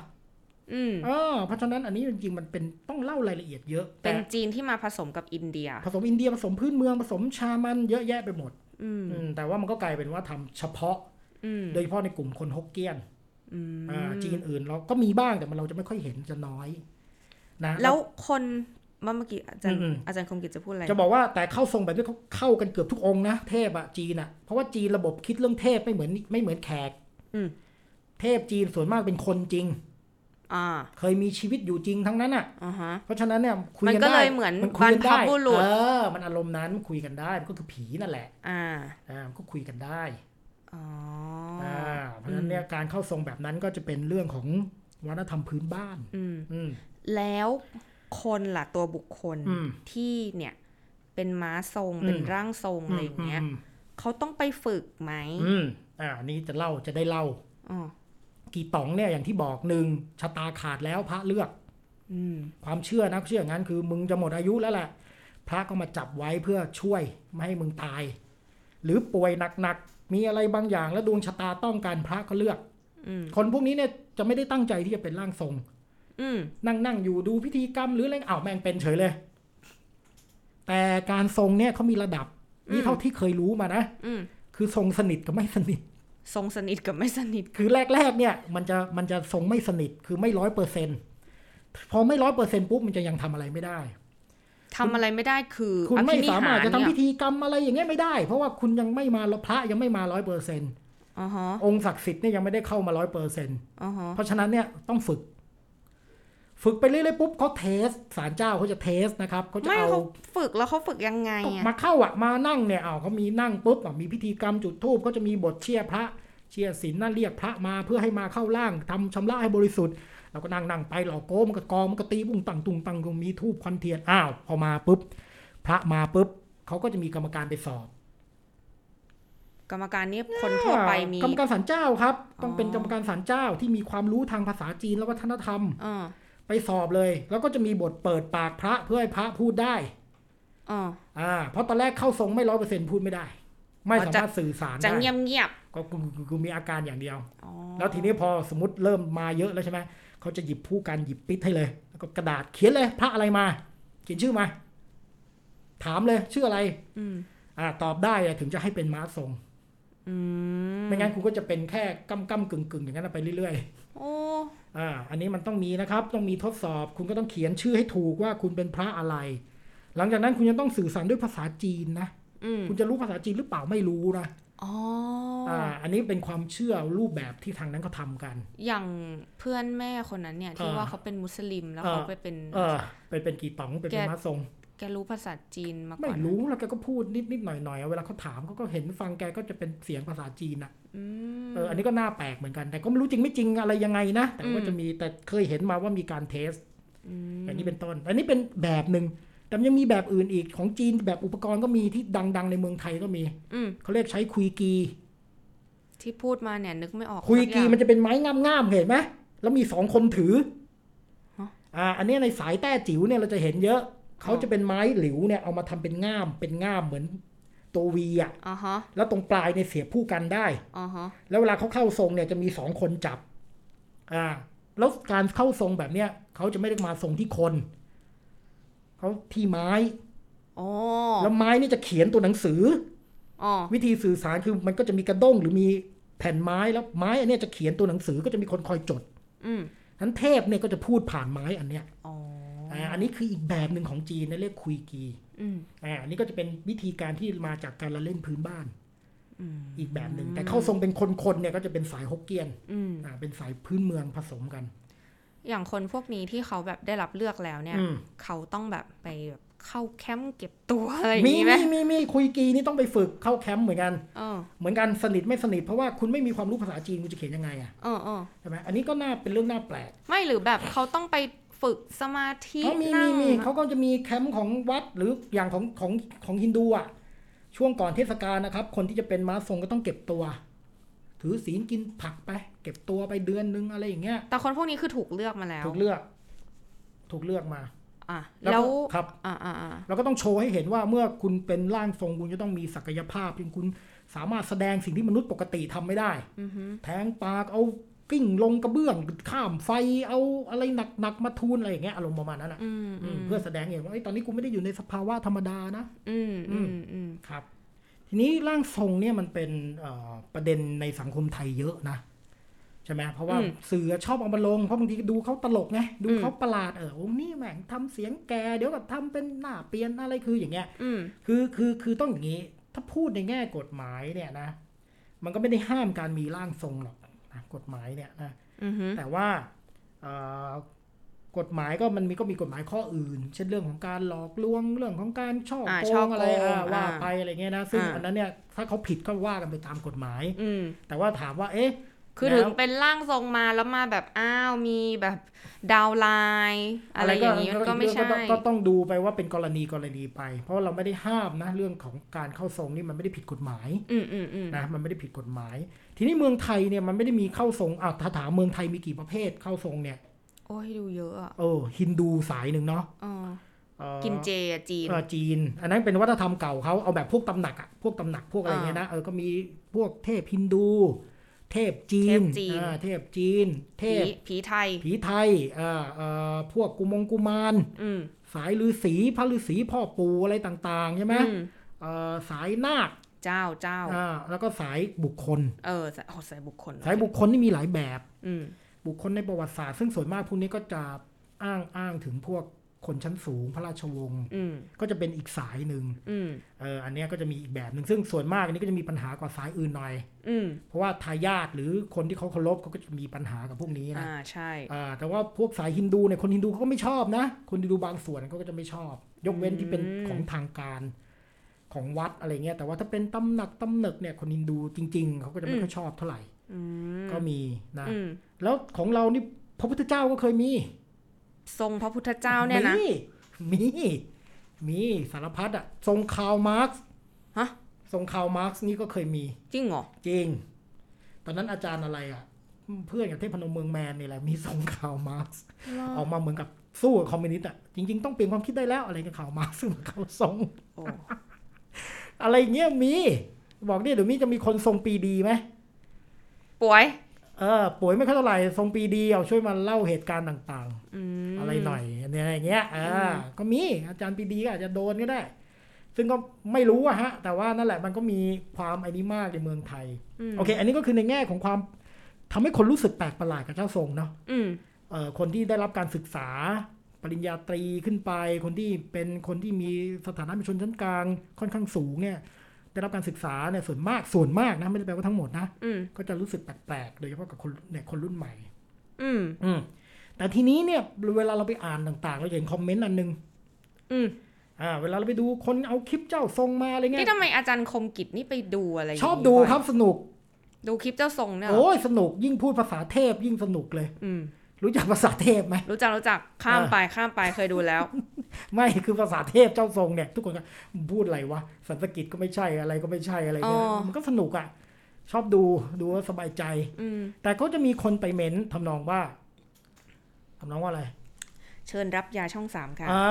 อืม เออเพราะฉะนั้นอันนี้จริงๆมันเป็นต้องเล่ารายละเอียดเยอะ เป็ แต่ นจีนที่มาผสมกับอินเดีย ผสมอินเดียผสมพื้นเมืองผสมชามันเยอะแยะไปหมด อืม อืมแต่ว่ามันก็กลายเป็นว่าทำเฉพาะ อืม โดยเฉพาะในกลุ่มคนฮกเกี้ยน อืม อ่าจีนอื่นเราก็มีบ้างแต่มันเราจะไม่ค่อยเห็นจะน้อยนะ แล้วคนเมื่อกี้อาจารย์ อืมอืม อาจารย์คมกิจจะพูดอะไร จะบอกว่าแต่เข้าทรงแบบนี้เขาเข้ากันเกือบทุกองค์นะเทพอะจีนอะเพราะว่าจีนระบบคิดเรื่องเทพไม่เหมือนไม่เหมือนแขก อืม เทพจีนส่วนมากเป็นคนจริง อ่า เคยมีชีวิตอยู่จริงทั้งนั้นอะ อ่าฮะ เพราะฉะนั้นเนี่ยคุย มัน กัน ก็ ได้ เลยเหมือน คุยกัได้ บรรพบุรุษ เออ มันอารมณ์นั้นคุยกันได้มันก็คือผีนั่นแหละ อ่า อ่ามันก็คุยกันได้ อ๋ออ อ่าเพราะฉะนั้นเนี่ยการเข้าทรงแบบนั้นก็จะเป็นเรื่องของวัฒนธรรมพื้นบ้าน อืม อืม แล้วคนล่ะตัวบุคคล อืม ที่เนี่ย เป็นม้าทรง อืม เป็นร่างทรงอะไรอย่างเงี้ย อืม เขาต้องไปฝึกไหม อืมอืมอ่าอันนี้จะเล่าจะได้เล่า อ๋อ กี่ต๋องเนี่ยอย่างที่บอกหนึ่งชะตาขาดแล้วพระเลือก อืม ความเชื่อนะเชื่ออย่างนั้นคือมึงจะหมดอายุแล้วแหละพระก็มาจับไว้เพื่อช่วยไม่ให้มึงตาย หรือป่วยหนักๆมีอะไรบางอย่างแล้วดวงชะตาต้องการพระก็เลือก อืม คนพวกนี้เนี่ยจะไม่ได้ตั้งใจที่จะเป็นร่างทรง อืม นั่งนั่งอยู่ดูพิธีกรรมหรืออะไรอ้าวแม่งเป็นเฉยเลย แต่การทรงเนี่ยเขามีระดับนี่เท่าที่เคยรู้มานะ อืม คือทรงสนิทกับไม่สนิท ทรงสนิทกับไม่สนิท คือแรกๆเนี่ย มันจะมันจะทรงไม่สนิทคือไม่ร้อยเปอร์เซ็นพอไม่ร้อยเปอร์เซ็นปุ๊บมันจะยังทำอะไรไม่ได้ ทำอะไรไม่ได้คือ คุณไม่ อภินิ สามารถจะทำพิ เนี่ย ธีกรรมอะไรอย่างเงี้ยไม่ได้ เพราะว่าคุณยังไม่มาพระยังไม่มาร้อยเปอร์เซ็น อ๋อฮะ องค์ศักดิ์สิทธิ์เนี่ยยังไม่ได้เข้ามาร้อยเปอร์เซ็น อ๋อฮะ เพราะฉะนั้นเนี่ยต้องฝึก ฝึกไปเรื่อยๆปุ๊บเขาเทสสารเจ้าเขาจะเทสนะครับเขาจะ ไม่ เอา เขาฝึกแล้วเขาฝึกยังไงอ่ะ มาเข้าอะมานั่งเนี่ยเอาวเขามีนั่งปุ๊บอ่ะมีพิธีกรรมจุดธูปเขาจะมีบทเชียร์พระ เชียร์ศีลนั่นเรียกพระมาเพื่อให้มาเข้าร่างทำชำระให้บริสุทธิ์ เราก็นั่งนั่งไปเหล่าโก้มันก็กองมันก็ตีบุ้งตังตุงตังตุงมีทูบควันเทียนอ้าวพอมาปุ๊บ พระมาปุ๊บเขาก็จะมีกรรมการไปสอบ กรรมการนี่คนทั่วไปมี กรรมการศาลเจ้าครับ ต้อง อ๋อ เป็นกรรมการศาลเจ้าที่มีความรู้ทางภาษาจีนและวัฒนธรรม เออ ไปสอบเลย แล้วก็จะมีบทเปิดปากพระเพื่อให้พระพูดได้ เออ อ่าเพราะตอนแรกเข้าทรงไม่ร้อยเปอร์เซ็นพูดไม่ได้ ไม่สามารถสื่อสาร จะ ได้ เงียบเงียบ ก็กูกูกูมีอาการอย่างเดียว ๆอ๋อ แล้วทีนี้พอสมมติเริ่มมาเยอะแล้วใช่ไหมเขาจะหยิบผู้กันหยิบปิดให้เลย แล้วก็กระดาษเขียนเลยพระอะไรมา เขียนชื่อมา ถามเลยชื่ออะไร อืม อ่าตอบได้อะถึงจะให้เป็นม้าทรง อืม ไม่งั้นคุณก็จะเป็นแค่กั้มกั้มกึ่งกึ่งอย่างนั้นนะไปเรื่อยๆ โอ้ อ่า อันนี้มันต้องมีนะครับ ต้องมีทดสอบ คุณก็ต้องเขียนชื่อให้ถูกว่าคุณเป็นพระอะไร หลังจากนั้นคุณยังต้องสื่อสารด้วยภาษาจีนนะ อืม คุณจะรู้ภาษาจีนหรือเปล่าไม่รู้นะ อ๋ออ อ่า อันนี้เป็นความเชื่อรูปแบบที่ทางนั้นเขาทำกัน อย่างเพื่อนแม่คนนั้นเนี่ย ที่ เออ ว่าเขาเป็นมุสลิมแล้ว เออ เขาไปเป็น เออ เป็นเป็นกี่ต๋อง เป็นเป็น แก มาทรง แกรู้ภาษาจีนมาก่ ไม่ อน รู้ แล้วแกก็พูดนิดนิดหน่อยหน่อยๆเวลาเขาถามเขาก็เห็นฟังแกก็จะเป็นเสียงภาษาจีนนะ อืม เออ อันนี้ก็น่าแปลกเหมือนกัน แต่ก็ไม่รู้จริงไม่จริงอะไรยังไงนะ แต่ว่า อืม จะมี แต่เคยเห็นมาว่ามีการเทส ม อย่างนี้เป็นต้น อันนี้เป็นแบบหนึ่ง แต่มันยังมีแบบอื่นอีก ของจีนแบบอุปกรณ์ก็มีที่ดัง ๆ ในเมืองไทยก็มี อืม เขาเรียกใช้คุยกี ที่พูดมาเนี่ยนึกไม่ออก คุย สัอ กี ย่าง มันจะเป็นไม้ง่ามๆเห็นไหม แล้วมีสองคนถือ ฮะ อ่า อันนี้ในสายแต้จิ๋วเนี่ยเราจะเห็นเยอะ เขา อ๋อ จะเป็นไม้หลิวเนี่ยเอามาทำเป็นง่าม เป็นง่ามเหมือนตัววีอ่ะ อ่าฮะ แล้วตรงปลายเนี่ยเสียบผู้กันได้ อ่าฮะ แล้วเวลาเขาเข้าทรงเนี่ยจะมีสองคนจับ อ่า แล้วการเข้าทรงแบบเนี้ยเขาจะไม่ได้มาทรงที่คน เขาที่ไม้ โอ้ แล้วไม้นี่จะเขียนตัวหนังสือ อ๋อ วิธีสื่อสารคือมันก็จะมีกระด้งหรือมีแผ่นไม้แล้วไม้อันเนี้ยจะเขียนตัวหนังสือก็จะมีคนคอยจด อืม นั้นเทพเนี่ยก็จะพูดผ่านไม้อันเนี้ย อ๋อ อ่าอันนี้คืออีกแบบหนึ่งของจีนนะเรียกคุยกี อืม อ่าอันนี้ก็จะเป็นวิธีการที่มาจากการละเล่นพื้นบ้าน อืม อีกแบบหนึ่งแต่เข้าทรงเป็นคนๆเนี่ยก็จะเป็นสายฮกเกี้ยน อืม อ่าเป็นสายพื้นเมืองผสมกัน อย่างคนพวกนี้ที่เขาแบบได้รับเลือกแล้วเนี่ย อืม เขาต้องแบบไปแบบเข้าแคมป์เก็บตัวอะไรอย่า มี งนี้ไหม มีมีมีคุยกีนี่ต้องไปฝึกเข้าแคมป์เหมือนกัน เออ เหมือนกันสนิทไม่สนิทเพราะว่าคุณไม่มีความรู้ภาษาจีนคุณจะเขียนยังไงอะ เออเออ ใช่ไหมอันนี้ก็น่าเป็นเรื่องน่าแปลก ไม่หรือแบบเขาต้องไปฝึกสมาธิ เขามี นั่ มี ง มีเขาก็จะมีแคมป์ของวัดหรืออย่างของของของฮินดูอ่ะ ช่วงก่อนเทศกาลนะครับ คนที่จะเป็นม้าทรงก็ต้องเก็บตัว ถือศีลกินผักไป เก็บตัวไปเดือนนึงอะไรอย่างเงี้ย แต่คนพวกนี้คือถูกเลือกมาแล้ว ถูกเลือก ถูกเลือกมา อ่ะแล้ว ก็ครับ อ่าอ่าอ่า เราก็ต้องโชว์ให้เห็นว่าเมื่อคุณเป็นร่างทรงคุณจะต้องมีศักยภาพที่คุณสามารถแสดงสิ่งที่มนุษย์ปกติทำไม่ได้ อือฮึ แทงปากเอากิ้งลงกระเบื้องข้ามไฟเอาอะไรหนักๆมาทูลอะไรอย่างเงี้ยอารมณ์ประมาณนั้นอะ อืม อื อื ม ม เพื่อแสดงเห็นว่าเอ้ยตอนนี้กูไม่ได้อยู่ในสภาวะธรรมดานะ อืมอืมอืม ครับ ทีนี้ร่างทรงเนี่ยมันเป็นเอ่อประเด็นในสังคมไทยเยอะนะใช่ไหมเพราะว่าสื่อชอบเอามาลงเพราะบางทีดูเขาตลกไงดูเขาประหลาดเออโอ้นี่แม่งทำเสียงแกเดี๋ยวกับทำเป็นหน้าเปลี่ยนอะไรคืออย่างเงี้ย อืม คือคือคือต้องอย่างนี้ ถ้าพูดในแง่กฎหมายเนี่ยนะ มันก็ไม่ได้ห้ามการมีร่างทรงหรอกนะกฎหมายเนี่ยนะ อือฮึ แต่ว่าเอ่อกฎหมายก็มันมีก็มีกฎหมายข้ออื่น เช่นเรื่องของการหลอกลวงเรื่องของการช่ออา โก ช่อง โกง อะไรอ่ะ อ่า ว่าไปอะไรเงี้ยนะซึ่ง อ่า อันนั้นเนี่ยถ้าเขาผิดก็ว่ากันไปตามกฎหมาย อืม แต่ว่าถามว่าเอ๊ะ คือ แล้ว ถึงเป็นร่างทรงมาแล้วมาแบบอ้าวมีแบบดาวน์ไลน์อะไรอย่างนี้มันก็ไม่ใช่ ก็ต้องก็ต้องดูไปว่าเป็นกรณีกรณีไป เพราะเราไม่ได้ห้ามนะเรื่องของการเข้าทรงนี่มันไม่ได้ผิดกฎหมาย อืมอืมอืม นะมันไม่ได้ผิดกฎหมาย ทีนี้เมืองไทยเนี่ยมันไม่ได้มีเข้าทรงอ่ะถ้าถามเมืองไทยมีกี่ประเภทเข้าทรงเนี่ย โอ้ยดูเยอะอ่ะ เออฮินดูสายหนึ่งเนาะ เออ เอ่อ กินเจอะจีน เออจีน อันนั้นเป็นวัฒนธรรมเก่าเขาเอาแบบพวกตำหนักอะพวกตำหนักพวกอะไรเงี้ยนะเออก็มีพวกเทพฮินดู เทพจีน เทพจีน อ่าเทพจีน เท ผี พ ผีไทย ผีไทยอ่าเอ่อพวกกุมงกุมาร อืม สายฤาษีพระฤาษีพ่อปู่อะไรต่างๆใช่ไหม อืม เอ่อสายนาค เจ้าเจ้า อ่าแล้วก็สายบุคคล เออสายโอ้สายบุคคล สายบุคคลนี่มีหลายแบบ อืม บุคคลในประวัติศาสตร์ซึ่งส่วนมากพวกนี้ก็จะอ้างอ้างถึงพวกคนชั้นสูงพระราชวงศ์ อืม ก็จะเป็นอีกสายหนึ่ง อืม เอออันเนี้ยก็จะมีอีกแบบหนึ่งซึ่งส่วนมากอันนี้ก็จะมีปัญหากว่าสายอื่นหน่อย อืม เพราะว่าทายาทหรือคนที่เขาเคารพเขาก็จะมีปัญหากับพวกนี้นะ อ่าใช่ อ่าแต่ว่าพวกสายฮินดูเนี่ยคนฮินดูเขาก็ไม่ชอบนะ คนฮินดูบางส่วนเขาก็จะไม่ชอบ ยกเว้นที่เป็น อืม ของทางการของวัดอะไรเงี้ยแต่ว่าถ้าเป็นตำหนักตำหนึกเนี่ยคนฮินดูจริง ๆเขาก็จะไม่ค่อยชอบเท่าไหร่ อืม ก็มีนะ อืม แล้วของเรานี่ พระพุทธเจ้าก็เคยมี ทรงพระพุทธเจ้าเนี่ยนะ มีมี มีสารพัดอะทรงคาร์ลมาร์กซ์ ฮะ ทรงคาร์ลมาร์กซ์นี่ก็เคยมี จริงเหรอ จริง ตอนนั้นอาจารย์อะไรอะเพื่อนกับเทพพนมเมืองแมนนี่แหละมีทรงคาร์ลมาร์กซ์ออกมาเหมือนกับสู้กับคอมมิวนิสต์อะจริง ๆ ต้องเปลี่ยนความคิดได้แล้วอะไรกับคาร์ลมาร์กซ์ซึ่งมันเขาทรง โอ้ อะไรอย่างเงี้ยมี บอกเนี่ยเดี๋ยวมีจะมีคนทรงปีดีไหม ป่วย เออป่วยไม่ค่อยเท่าไหร่ทรงปีดีเอาช่วยมาเล่าเหตุการณ์ต่าง อืม ๆ อะไรหน่อยเนี่ยอย่างเงี้ยอ่าก็มีอาจารย์ปีดีก็อาจจะโดนก็ได้ ซึ่งก็ไม่รู้อะฮะ แต่ว่านั่นแหละมันก็มีความไอ้นี้มากในเมืองไทย ม โอเค อันนี้ก็คือในแง่ของความทำให้คนรู้สึกแปลกประหลาดกับเจ้าทรงเนาะ อืม เอ่อคนที่ได้รับการศึกษา ปริญญาตรีขึ้นไป คนที่เป็นคนที่มีสถานะเป็นชนชั้นกลางค่อนข้างสูงเนี่ยได้รับการศึกษาเนี่ยส่วนมากส่วนมากนะไม่ได้แปลว่าทั้งหมดนะ อืม ก็จะรู้สึกแปลกๆ โดยเฉพาะกับคนเนี่ยคนรุ่นใหม่ อืม แต่ทีนี้เนี่ยเวลาเราไปอ่านต่างๆ เราจะเห็นคอมเมนต์อันหนึง อืม อ่าเวลาเราไปดูคนเอาคลิปเจ้าทรงมาอะไรเงี้ นี่ ย ทำไมอาจารย์คมกิจนี่ไปดูอะไรย่าง ช นี้ อบดู วะ ครับสนุก ดูคลิปเจ้าทรงเนี่ยเหรอ โอ้ยสนุกยิ่งพูดภาษาเทพยิ่งสนุกเลย อืม รู้จักภาษาเทพไหม รู้จักรู้จักข้าม อ่า ไปข้ามไปเคยดูแล้ว ไม่คือภาษาเทพเจ้าทรงเนี่ย ทุกคนก็พูดอะไรวะสันสกิตก็ไม่ใช่อะไรก็ไม่ใช่อะไรเงี้ย อ๋อ มันก็สนุกอ่ะ ชอบดูดูแล้วสบายใจ อืม แต่ก็จะมีคนไปเม้นทำนองว่าทำนองว่าอะไร เชิญรับยาช่องสามค่ะ อ่า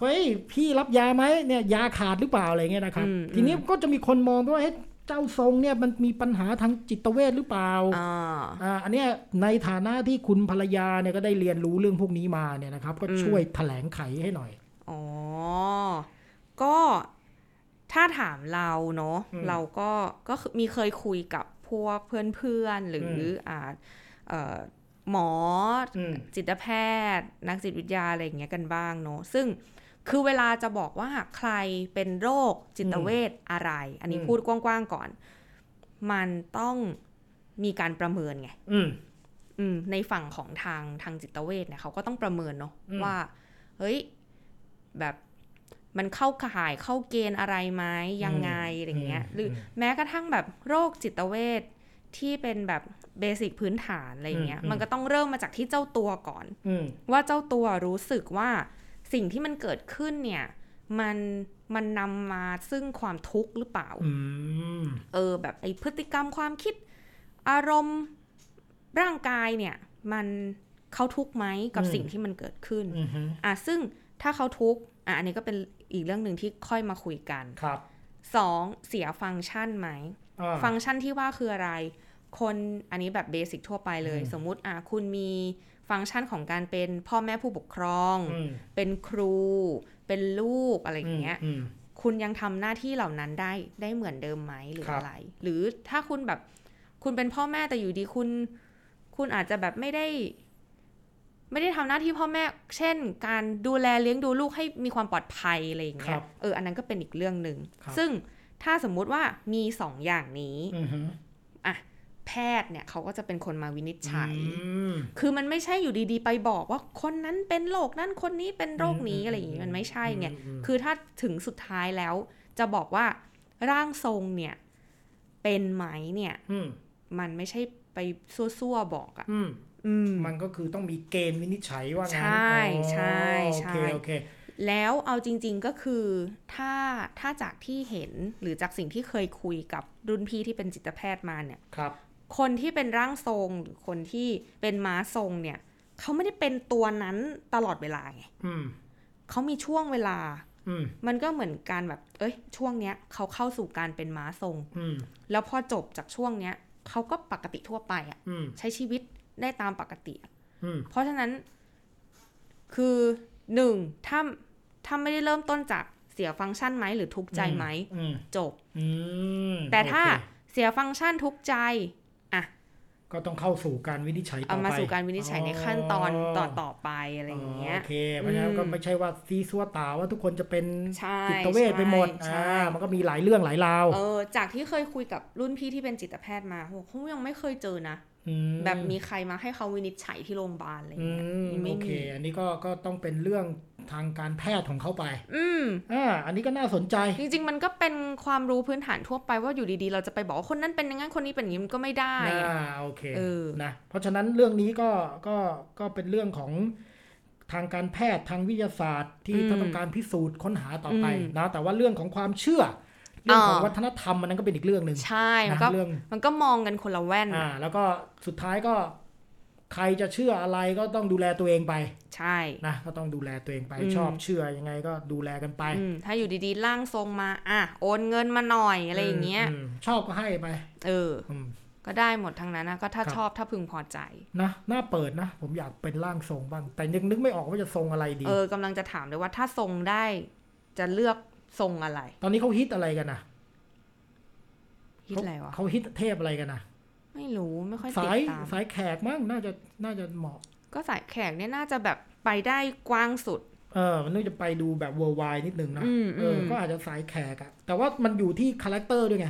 เฮ้ยพี่รับยาไหมเนี่ยยาขาดหรือเปล่าอะไรเงี้ยนะครับ อืม ทีนี้ก็จะมีคนมองด้วยว่าเอ๊ะเจ้าทรงเนี่ยมันมีปัญหาทางจิตเวชหรือเปล่า อ่า อ่าอันเนี้ยในฐานะที่คุณภรรยาเนี่ยก็ได้เรียนรู้เรื่องพวกนี้มาเนี่ยนะครับ ก็ อืม ช่วยแถลงไขให้หน่อย อ๋อ ก็ถ้าถามเราเนาะ อืม เราก็ก็คือมีเคยคุยกับพวกเพื่อนๆ หรือออ่าเอ่อหมออ ม จิตแพทย์ นักจิตวิทยาอะไรอย่างเงี้ยกันบ้างเนาะซึ่งคือเวลาจะบอกว่าใครเป็นโรคจิตเวชอะไร อันนี้พูดกว้างๆก่อน มันต้องมีการประเมินไง อืม อืมในฝั่งของทางทางจิตเวชเนี่ยเขาก็ต้องประเมินเนาะ อืม ว่า เฮ้ย แบบมันเข้าข่ายเข้าเกณฑ์อะไรไหมยังไงอะไรเงี้ย หรืออแม้กระทั่งแบบโรคจิตเวชที่เป็นแบบเบสิกพื้นฐานอะไรเงี้ย มันก็ต้องเริ่มมาจากที่เจ้าตัวก่อน อืม ว่าเจ้าตัวรู้สึกว่าสิ่งที่มันเกิดขึ้นเนี่ย มันมันนำมาซึ่งความทุกข์หรือเปล่า อืม เออแบบไอพฤติกรรมความคิดอารมณ์ร่างกายเนี่ยมันเขาทุกข์ไหมกับสิ่งที่มันเกิดขึ้น อืมฮึ อ่ะซึ่งถ้าเขาทุกข์อ่ะอันนี้ก็เป็นอีกเรื่องหนึ่งที่ค่อยมาคุยกัน ครับ สองเสียฟังก์ชันไหม อ่า ฟังก์ชันที่ว่าคืออะไร คนอันนี้แบบเบสิกทั่วไปเลย อืม สมมุติอ่ะคุณมีฟังก์ชันของการเป็นพ่อแม่ผู้ปกครอง อืม เป็นครู เป็นลูกอะไรอย่างเงี้ย อืม คุณยังทำหน้าที่เหล่านั้นได้ได้เหมือนเดิมไหมหรือ ครับ อะไร หรือถ้าคุณแบบคุณเป็นพ่อแม่แต่อยู่ดีคุณ คุณอาจจะแบบไม่ได้ ไม่ได้ทำหน้าที่พ่อแม่ เช่น การดูแลเลี้ยงดูลูกให้มีความปลอดภัยอะไรอย่างเงี้ ครั ย บ เอออันนั้นก็เป็นอีกเรื่องหนึ่ง ครับ ซึ่งถ้าสมมุติว่ามีสองอย่างนี้ อืมฮึ แพทย์เนี่ยเขาก็จะเป็นคนมาวินิจฉัย อืม คือมันไม่ใช่อยู่ดีๆ ไปบอกว่าคนนั้นเป็นโรคนั้นคนนี้เป็นโรคนี้ อืม อะไรอย่างนี้มันไม่ใช่ไง อืมอืม คือถ้าถึงสุดท้ายแล้ว จะบอกว่าร่างทรงเนี่ย เป็นไหมเนี่ย อืม มันไม่ใช่ไปซั่วๆบอกอะ่ะ อืม อืม มันก็คือต้องมีเกณฑ์วินิจฉัยว่างั้น ใช่ใช่ใช่ อ๋อโอเคโอเค แล้วเอาจริง ๆก็คือถ้าถ้าจากที่เห็นหรือจากสิ่งที่เคยคุยกับรุ่นพี่ที่เป็นจิตแพทย์มาเนี่ย ครับ คนที่เป็นร่างทรงหรือคนที่เป็นม้าทรงเนี่ยเขาไม่ได้เป็นตัวนั้นตลอดเวลาไง อืม เขามีช่วงเวลา อืม มันก็เหมือนการแบบ เอ้ย ช่วงเนี้ยเขาเข้าสู่การเป็นม้าทรง อืม แล้วพอจบจากช่วงเนี้ยเขาก็ปกติทั่วไปอะ อืม ใช้ชีวิตได้ตามปกติอะ อืม เพราะฉะนั้น คือหนึ่งถ้าถ้าไม่ได้เริ่มต้นจากเสียฟังก์ชันไหมหรือทุกข์ใจไหม อืม จบ อืม แต่ถ้า โอเค เสียฟังก์ชันทุกข์ใจ ก็ต้องเข้าสู่การวินิจฉัยต่อไป เอามาสู่การวินิจฉัยในขั้นตอนต่อต่อไปอะไรอย่างเงี้ย โอเคเพราะฉะนั้นก็ไม่ใช่ว่าซีซัวตาว่าทุกคนจะเป็น ใช่ จิตเวชไปหมด ใช่ใช่ อ่ามันก็มีหลายเรื่องหลายราว เออจากที่เคยคุยกับรุ่นพี่ที่เป็นจิตแพทย์มาเขาบอกเขายังไม่เคยเจอนะ อืม แบบมีใครมาให้เขาวินิจฉัยที่โรงพยาบาลอะไร อื เงี้ย ม ไม่ โอเค มี อันนี้ก็ก็ต้องเป็นเรื่องทางการแพทย์ของเขาไป อืม อ่าอันนี้ก็น่าสนใจ จริงๆ มันก็เป็นความรู้พื้นฐานทั่วไปว่าอยู่ดีๆ เราจะไปบอกว่าคนนั้นเป็นอย่างนั้นคนนี้เป็นอย่างนี้มันก็ไม่ได้ อ่ อะ าโอเค เออ นะเพราะฉะนั้นเรื่องนี้ก็ก็ก็เป็นเรื่องของทางการแพทย์ทางวิทยาศาสตร์ ที่ต้องการพิสูจน์ค้นหาต่อไปนะแต่ว่าเรื่องของความเชื่อ เรื่องของวัฒนธรรมมันนั้นก็เป็นอีกเรื่องหนึ่ง ใช่มัน นะ ก็ เรื่อง มันก็มองกันคนละแว่น อ่าแล้วก็สุดท้ายก็ใครจะเชื่ออะไรก็ต้องดูแลตัวเองไป ใช่ นะก็ต้องดูแลตัวเองไปชอบเชื่อยังไงก็ดูแลกันไป อืมถ้าอยู่ดีๆร่างทรงมา อ่ะ โอนเงินมาหน่อยอะไรอย่างเงี้ย มชอบก็ให้ไป เออ อืม ก็ได้หมดทั้งนั้นนะก็ถ้า ครับ ชอบถ้าพึงพอใจ นะน่าเปิดนะ ผมอยากเป็นร่างทรงบ้าง แต่ยังนึกไม่ออกว่าจะทรงอะไรดี เออกำลังจะถามเลยว่าถ้าทรงได้จะเลือกทรงอะไร ตอนนี้เขาฮิตอะไรกันนะ คิดอะไรวะ เขาฮิตเทพอะไรกันนะ ไม่รู้ไม่ค่อยติด สาย ตาม สายแขกมั้งน่าจะน่าจะเหมาะ ก็สายแขกเนี่ยน่าจะแบบไปได้กว้างสุด เออ มันน่าจะไปดูแบบ r l d w i d e นิดนึงนะ อืม เอออ ม ก็อาจจะสายแขกอะแต่ว่ามันอยู่ที่คาแรคเตอร์ด้วยไง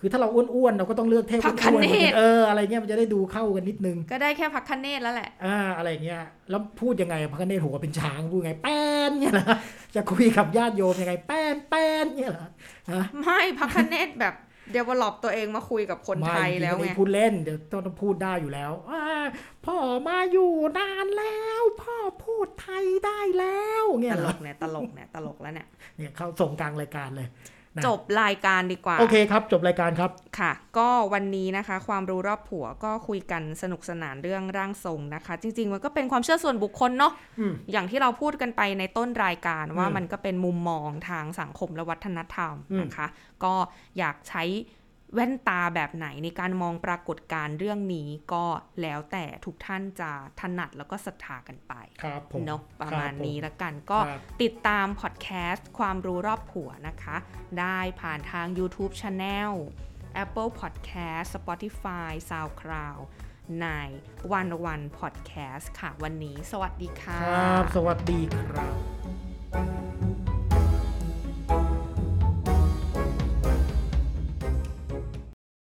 คือถ้าเราอ้วนๆ เราก็ต้องเลือกเทพ พ อ้ ระค วน เนศ ๆเอออะไรเงี้ยมันจะได้ดูเข้ากันนิดนึง ก็ได้แค่พักคเนตแล้วแหละ อ่าอะไรเงี้ยแล้วพูดยังไงพระคเนศหัวเป็นช้างพูดไงแป้นเนี่ยนะจะคุยกับญาติโยมยังไงแป้นแป้นเนี่ยนะฮะ ไม่พักคเนตแบบเดเวล o อปตัวเองมาคุยกับคนไทยแล้ว ม่ ไง ด้พูดเล่นเดี๋ยวต้องพูดได้อยู่แล้วอ่าพ่อมาอยู่นานแล้ว พ่อพูดไทยได้แล้วเนี่ ต ยเห ล รอ กเนี่ยตลกเนี่ยตลกแล้วเนี่ย เนี่ยเข้าส่งกลางรายการเลยนะ จบรายการดีกว่า โอเคครับ จบรายการครับ ค่ะ ก็วันนี้นะคะ ความรู้รอบผัวก็คุยกันสนุกสนานเรื่องร่างทรงนะคะ จริง ๆ มันก็เป็นความเชื่อส่วนบุคคลเนาะ อืม อย่างที่เราพูดกันไปในต้นรายการว่า อืม มันก็เป็นมุมมองทางสังคมและวัฒนธรรม อืม นะคะ ก็อยากใช้แว่นตาแบบไหนในการมองปรากฏการณ์เรื่องนี้ก็แล้วแต่ทุกท่านจะถนัดแล้วก็ศรัทธากันไป ครับผม เนาะประมาณนี้ละกัน ครั ก็ บ ติดตามพอดแคสต์ความรู้รอบผัวนะคะ ได้ผ่านทาง YouTube Channel Apple Podcast Spotify SoundCloud ในวันวันพอดแคสต์ค่ะวันนี้ สวัสดีค่ะ ครับ สวัสดีครับ Thank